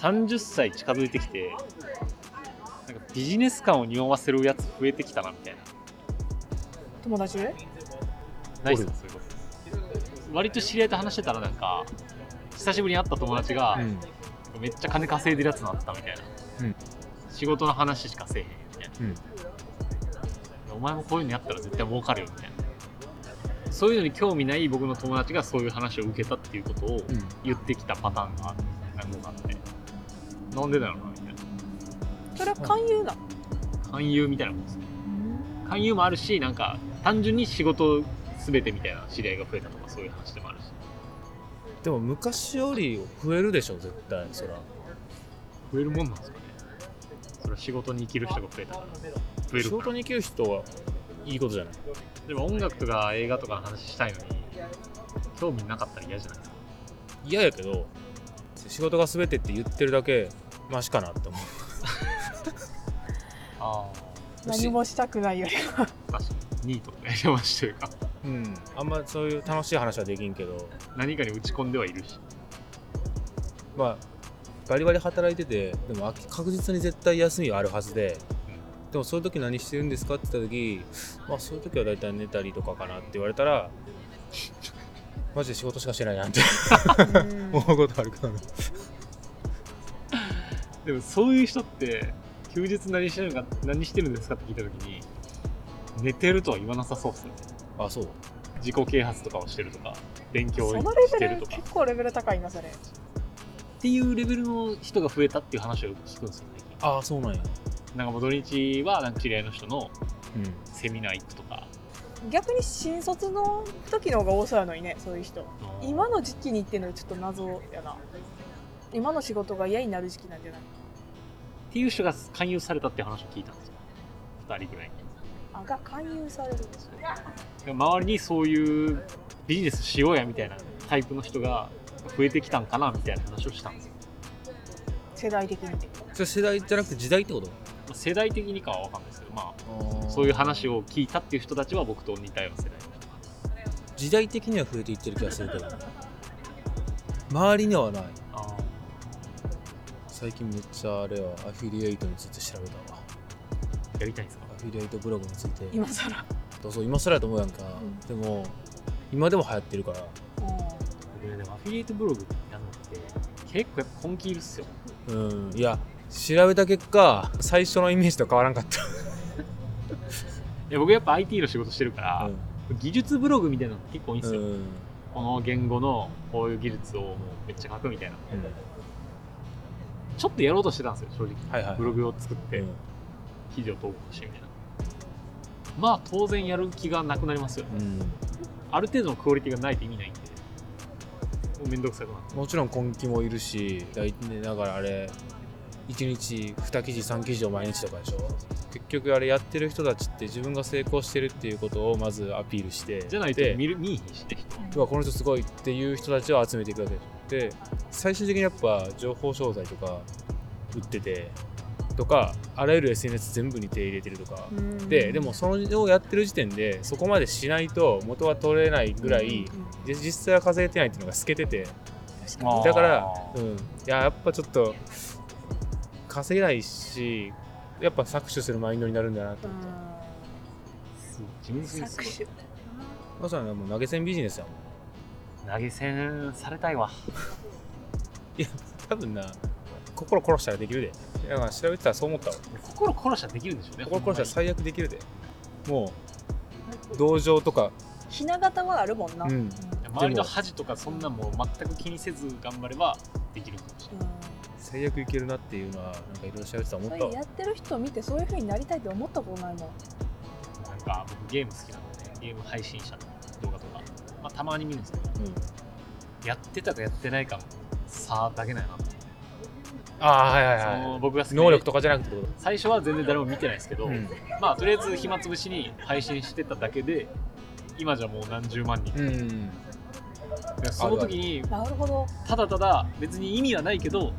30歳近づいてきてなんかビジネス感を匂わせるやつ増えてきたなみたいな友達ないですかそういうこと割と知り合いと話してたらなんか久しぶりに会った友達が、うんめっちゃ金稼いでるやつになったみたいな、うん仕事の話しかせえへんみたいうんなお前もこういうのやったら絶対儲かるよみたいなそういうのに興味ない僕の友達がそういう話を受けたっていうことをうん言ってきたパターンが何個かあってなんでだろうなみたいなそれは勧誘な勧誘みたいなもんですね勧誘もあるしなんか単純に仕事全てみたいな知り合いが増えたとかそういう話でもあるしでも昔より増えるでしょ絶対そら増えるもんなんですかねそれは仕事に生きる人が増えたから増える仕から事に生きる人はいいことじゃないでも音楽とか映画とかの話したいのに興味なかったら嫌じゃないですか嫌やけど仕事が全てって言ってるだけマシかなって思うあ何もしたくないよりはあ確かにニートとかやりま してるかうん、あんまそういう楽しい話はできんけど、何かに打ち込んではいるしまあ、バリバリ働いててでもあ確実に絶対休みはあるはずで、でもそういう時何してるんですかって言った時、まあ、そういう時は大体寝たりとかかなって言われた らマジで仕事しかしてないなってうん思うことあるからでもそういう人って休日何してるのか何してるんですかって聞いた時に寝てるとは言わなさそうっすねあそう自己啓発とかをしてるとか勉強そのしてレベるルとか結構レベル高いなそれっていうレベルの人が増えたっていう話をよく聞くんですよ最近ああそうなんやなんかもう土日はなんか知り合いの人のうんセミナー行くとか逆に新卒の時の方が多そうやのにねそういう人今の時期に行ってんのちょっと謎やな今の仕事が嫌になる時期なんじゃないっていう人が勧誘されたって話を聞いたんですよ2人ぐらいにあが勧誘されるでも周りにそういうビジネスしようやみたいなタイプの人が増えてきたんかなみたいな話をしたんですよ世代的にそれ世代じゃなくて時代ってことまあ世代的にかは分かんないですけどまあそそうういいうう話話をを聞いたっていう人たちは僕と似たような世代の人が時代的には増えていってる気がするけど周りにはないあ最近めっちゃあれはアフィリエイトについて調べたわやりたいんですかアフィリエイトブログについて今更らどうぞ今更やと思うやんか、んでも今でも流行ってるから僕ねでもアフィリエイトブログやるのって結構やっぱ根気いるっすようんいや調べた結果最初のイメージと変わらんかった、いや僕やっぱ IT の仕事してるからう、ん技術ブログみたいなの結構いいんですうよ、んこの言語のこういう技術をもうめっちゃ書くみたいなちょっとやろうとしてたんですよ正直はいはいブログを作って、うん記事を投稿してみたいなまあ当然やる気がなくなりますよねうんある程度のクオリティがないと意味ないんでもうめんどくさくなってもちろん根気もいるし大体だからあれ1日2記事3記事を毎日とかでしょ結局あれやってる人たちって自分が成功してるっていうことをまずアピールしてじゃないとで見る見いひんしね人はうわこの人すごいっていう人たちを集めていくわけでしょで最終的にやっぱ情報商材とか売っててとかあらゆる SNS 全部に手入れてるとか、ででもそれをやってる時点でそこまでしないと元は取れないぐらい、で実際は稼げてないっていうのが透けててあーだから、うん、いややっぱちょっと稼げないしやっぱ搾取するマインドになるんだなと思った、すごい純粋にすごい搾取まさにもう投げ銭ビジネスやもん投げ銭されたいわ多分な心殺したらできるでだから調べてたらそう思ったわ心殺したらできるんでしょうね心殺したらら最悪できるでもう同情とかひな形はあるもんなうんうん周りの恥とかそんなもう全く気にせず頑張ればできるかもしれ最悪いけるなっていうのはなんかいろいろ調べてたら思そうったいうわやってる人を見てそういう風になりたいって思ったことないもんないなんか僕ゲーム好きなので、ゲーム配信者の動画とか、まあ、たまに見るんですけどやってたかやってないかの差だけないなってああはいそはいはの僕が好いきな能力とかじゃなくてってこ最初は全然誰も見てないですけど、と、うんまあとりあえず暇つぶしに配信してただけで今じゃもう何十万人、うん、その時になるほどただただ別に意味はないけど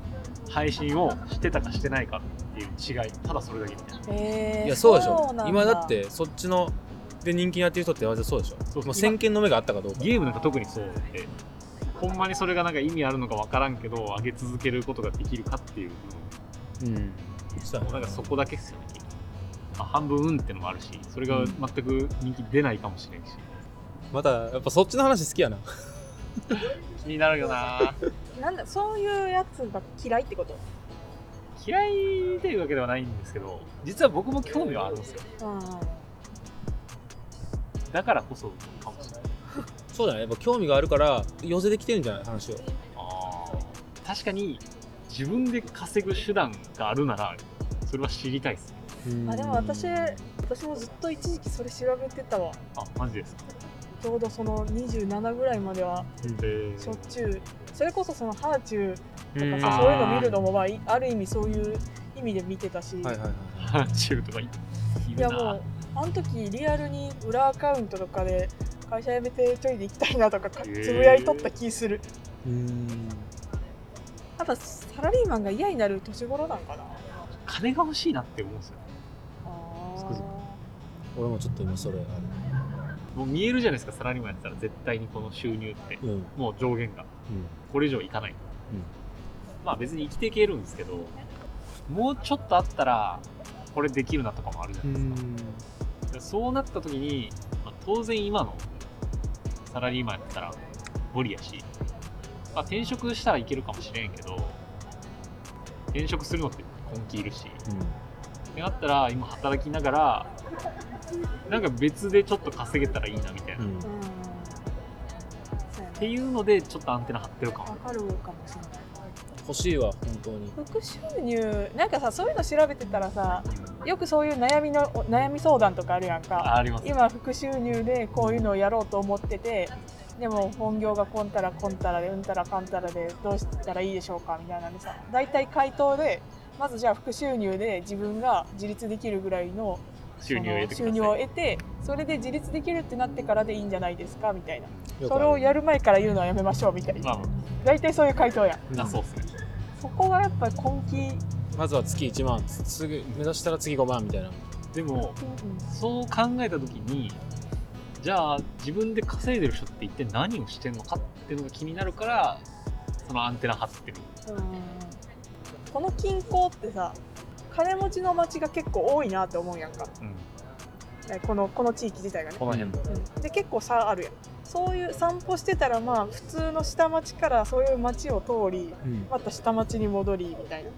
配信をしてたかしてないかっていう違いただそれだけみたいなえーいやそうでしょうなん今だってそっちので人気にやってる人ってわざそうでしょそうもう先見の目があったかどうかゲームなんか特にそうでほんまにそれがなんか意味あるのか分からんけど上げ続けることができるかっていううんそうなんかそこだけですよね、まあ、半分運ってのもあるしそれが全く人気出ないかもしれんし、またやっぱそっちの話好きやな気になるよななんだそういうやつが嫌いってこと嫌いというわけではないんですけど実は僕も興味はあるんですようんだからこそかもしれないそうだねやっぱ興味があるから寄せてきてるんじゃない話をあー確かに自分で稼ぐ手段があるならそれは知りたいですねあでも私私もずっと一時期それ調べてたわあマジですかちょうどその27ぐらいまではへしょっちゅうそれこそそのハーチューうとんかあさーそういうの見るのもまあいある意味そういう意味で見てたし、はいはいはいハーチューとかいいいるやなもうあの時リアルに裏アカウントとかで会社辞めてちょいで行きたいなとかかへーつぶやいとった気する、うんただサラリーマンが嫌になる年頃なんかな金が欲しいなって思うんですよつくづく俺もちょっと今それあもう見えるじゃないですかサラリーマンやってたら絶対にこの収入ってるうんうんもう上限がこれ以上いかない、うんまあ別に生きていけるんですけどもうちょっとあったらこれできるなとかもあるじゃないですか、そうなった時に、まあ、当然今のサラリーマンやったら無理やし、まあ、転職したらいけるかもしれんけど転職するのって根気いるしってなったら今働きながらなんか別でちょっと稼げたらいいなみたいな、うっんうんそうやてねいうのでちょっとアンテナ張ってるかもわかるかもしれない欲しいわ本当に副収入なんかさそういうの調べてたらさよくそういう悩みのお悩み相談とかあるやんかああります今副収入でこういうのをやろうと思っててでも本業がこんたらこんたらでうんたらかんたらでどうしたらいいでしょうかみたいなのさ大体回答でまずじゃあ副収入で自分が自立できるぐらいの収入を得てそくのだ収入さをい得てそれで自立できるってなってからでいいんじゃないですかみたいなよくあそるれをやる前から言うのはやめましょうみたいまなあま大体そういう回答やんうんあ、あそうですねそこがやっぱ根気まずは月1万すぐ目指したら次5万みたいなでもそう考えた時にじゃあ自分で稼いでる人って一体何をしてんのかっていうのが気になるからそのアンテナ張ってるこの近郊ってさ金持ちの町が結構多いなって思うやんかうんえこのこの地域自体がね、の辺うんで結構差あるやんそういう散歩してたらまあ普通の下町からそういう町を通りうんまた下町に戻りみたいな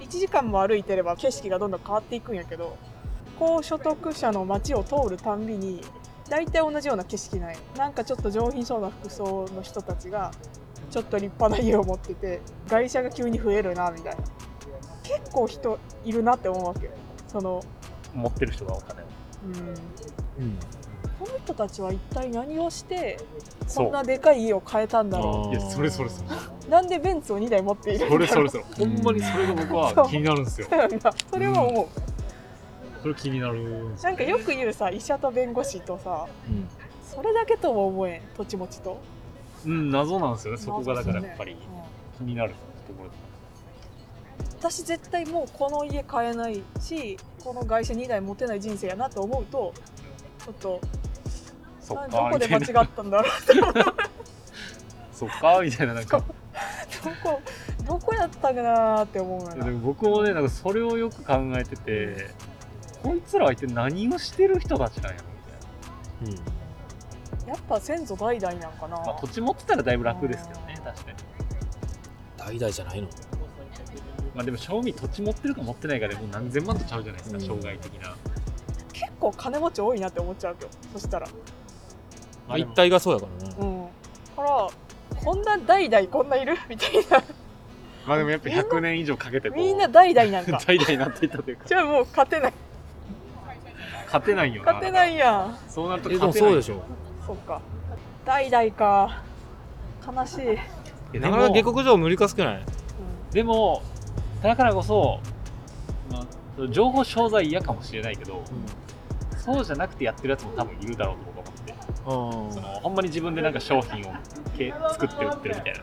1時間も歩いてれば景色がどんどん変わっていくんやけど高所得者の町を通るたんびに大体同じような景色ないなんかちょっと上品そうな服装の人たちがちょっと立派な家を持ってて外車が急に増えるなみたいな結構人いるなって思うわけよその持ってる人がお金をうんうんこの人たちは一体何をしてそこんなでかい家を買えたんだろいやそれそれそれうなんでベンツを2台持っているんだろそれうそれ それほんまにそれが僕は気になるんですよだよ なそれは思う、それ気になるんですよなんかよく言うさ医者と弁護士とさうんそれだけとも思えん土地持ちとうん謎なんですよねそこがだからやっぱりうん気になるところ私絶対もうこの家買えないしこの会社2台持てない人生やなと思うとちょっとそなっどかこみでた間い違なったんだろうそっかみたいななんかどこどこやったかなーって思うよいやなでも僕もねなんかそれをよく考えててこいつらは一体何をしてる人たちなんやろみたいうんやっぱ先祖代々なんかな、な、まあ、土地持ってたらだいぶ楽ですけどね確かに、代々じゃないのまあ、でも賞味土地持ってるか持ってないかでもう何千万とちゃうじゃないですか、うん障害的な、結構金持ち多いなって思っちゃうけどそしたらまあ、一体がそうだからねうんからこんな代々こんないるみたいなまあでもやっぱ100年以上かけてこうみん な代々なんか代々になっていったというかじゃあもう勝てない勝てないよな勝てないやんそうなるとえで勝もてないそうでしょそっか代々か悲しい、うん、いやなかなかで下も克上無理かすくないでもだからこそ、まあ、情報商材嫌かもしれないけどそうじゃなくてやってるやつも多分いるだろうと僕は思ってうんそのほんまに自分でなんか商品をけ作って売ってるみたいな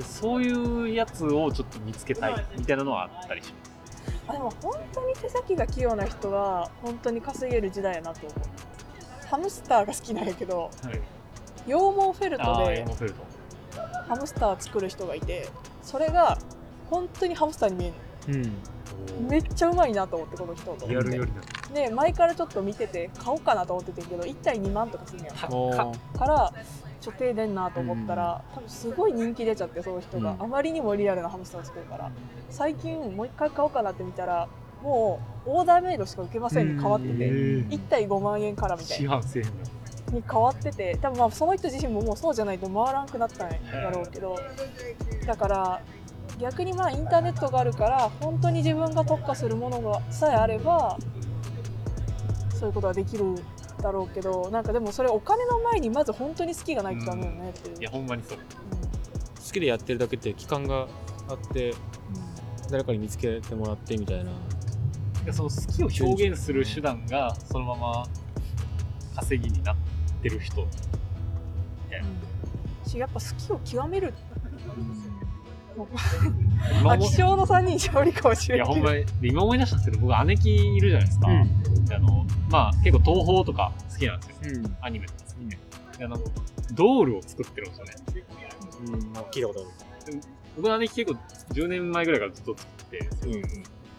そういうやつをちょっと見つけたいみたいなのはあったりしますあでも本当に手先が器用な人は本当に稼げる時代やなと思うハムスターが好きなんやけど羊毛フェルあトあ、で山フェルト。ハムスター作る人がいてそれが本当にハムスターに見えるうんおーのめっちゃうまいなと思ってこの人とリ思アっルよてりなの。で前からちょっと見てて買おうかなと思っててんけど1体2万とかするのよ高っからちょっと手出んなと思ったら、多分すごい人気出ちゃってその人が、うんあまりにもリアルなハムスターを作るから最近もう一回買おうかなって見たらもうオーダーメイドしか受けませんに変わってうんえて、ー1体5万円からみたい四な半世紀の。に変わってて多分まあその人自身ももうそうじゃないと回らんくなったんやろうけどだから逆にまあインターネットがあるから本当に自分が特化するものがさえあればそういうことはできるだろうけどなんかでもそれお金の前にまず本当に好きがないとダメよねっていう。いや、ほんまにそう。好きでやってるだけって期間があって誰かに見つけてもらってみたいなでその好きを表現する手段がそのまま稼ぎになってる人うんしやっぱ好きを極める今あも気象の3人じゃ無理かもしいれやないほんまにで今思い出したんですけど僕姉貴いるじゃないですか、であのまあ結構東宝とか好きなんですようんアニメとか好きでであのドールを作ってるんですよねうんまあ聞いたこと僕の姉貴結構10年前ぐらいからずっと作っててあるうん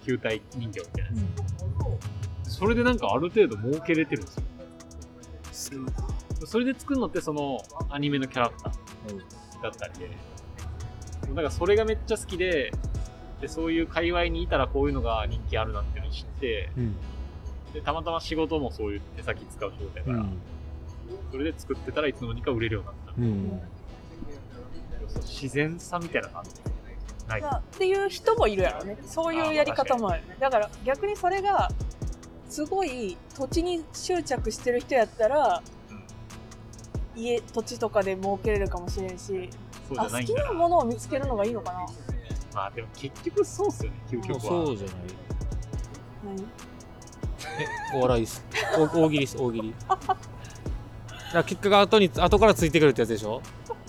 球体人形みたいなやつ、それでなんかある程度儲けれてるんですよそれで作るのってそのアニメのキャラクターだったりで、だからそれがめっちゃ好きで、でそういう界隈にいたらこういうのが人気あるなっていうのを知って、うんでたまたま仕事もそういう手先使う仕事やから、それで作ってたらいつの間にか売れるようになった。うんその自然さみたいな感じない。まあっていう人もいるやろねそういうやり方もあるだから逆にそれがすごい土地に執着してる人やったらうん家土地とかで儲けれるかもしれんしそうじあゃ好ないきんだなな。ものを見つけるのがいいのかなまあでも結局そうっすよね、究極は。そうじゃない何お笑いですお大喜利です大喜利だから結果が後に後からついてくるってやつでしょ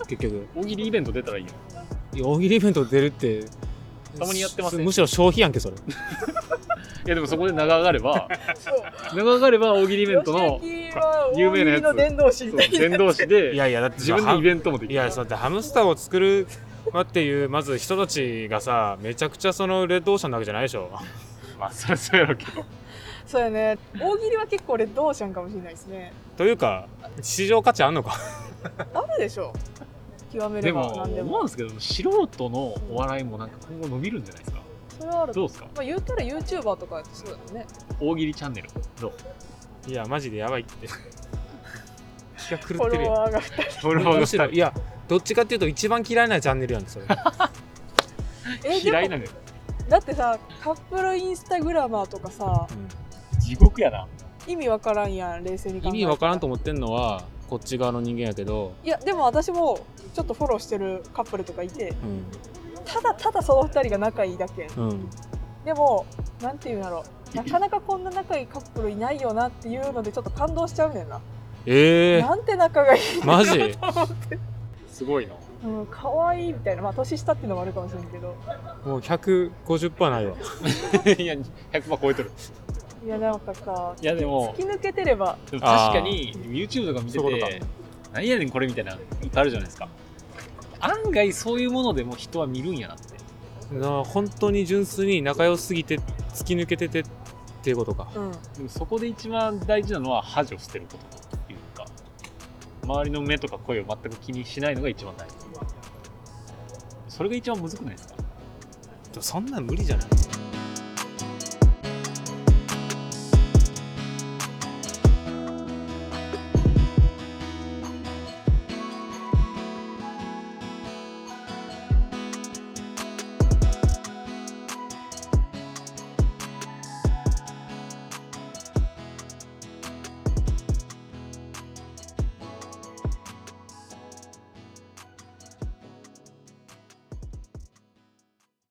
結局大喜利イベント出たらいいよ。いや大喜利イベント出るってたまにやってますねむしろ消費やんけそれいやでもそこで長上がれば、長上がれば大喜利イベントの吉明は有名なやつ 大喜利の伝道師みそたいう伝道師でいやいやだって自分でイベントもできいる。やそうだってハムスターを作るまっていうまず人たちがさめちゃくちゃそのレッドオーシャンなわけじゃないでしょまあそりゃそうやろうけど。なそうやね大喜利は結構レッドオーシャンかもしれないですねというか市場価値あんのかあるでしょ極めでれもば何で思うもんですけど素人のお笑いもなんか今後伸びるんじゃないですかそれはあるどうですかまあ、言うたら YouTuber とかそうだよね大喜利チャンネルどういやマジでやばいってフォロ気が狂ってるやんワ ーがフォロワーむがしろ2いやどっちかっていうと一番嫌いなチャンネルやんそれえ人嫌いでもなのよだってさカップルインスタグラマーとかさ地獄やな意味わからんやん冷静に考意えた味わからんと思ってんのはこっち側の人間やけど、いやでも私もちょっとフォローしてるカップルとかいてうただただその二人が仲いいだけんうん、でもなんていうんだろうなかなかこんな仲いいカップルいないよなっていうのでちょっと感動しちゃうねんな、ええなんて仲がいい、マジすごいなうん、かわいいみたいなまあ年下っていうのもあるかもしれんけどもう150%ない わいや100%超えてるいやなんかさいやでも突き抜けてればでも確かに YouTube とか見てそういうことてか何やねんこれみたいなのいっぱいあるじゃないですか案外そういうものでも人は見るんやなってな本当に純粋に仲良すぎて突き抜けててっていうことかうんでもそこで一番大事なのは恥を捨てることっていうか周りの目とか声を全く気にしないのが一番大事それが一番むずくないですかそんなん無理じゃない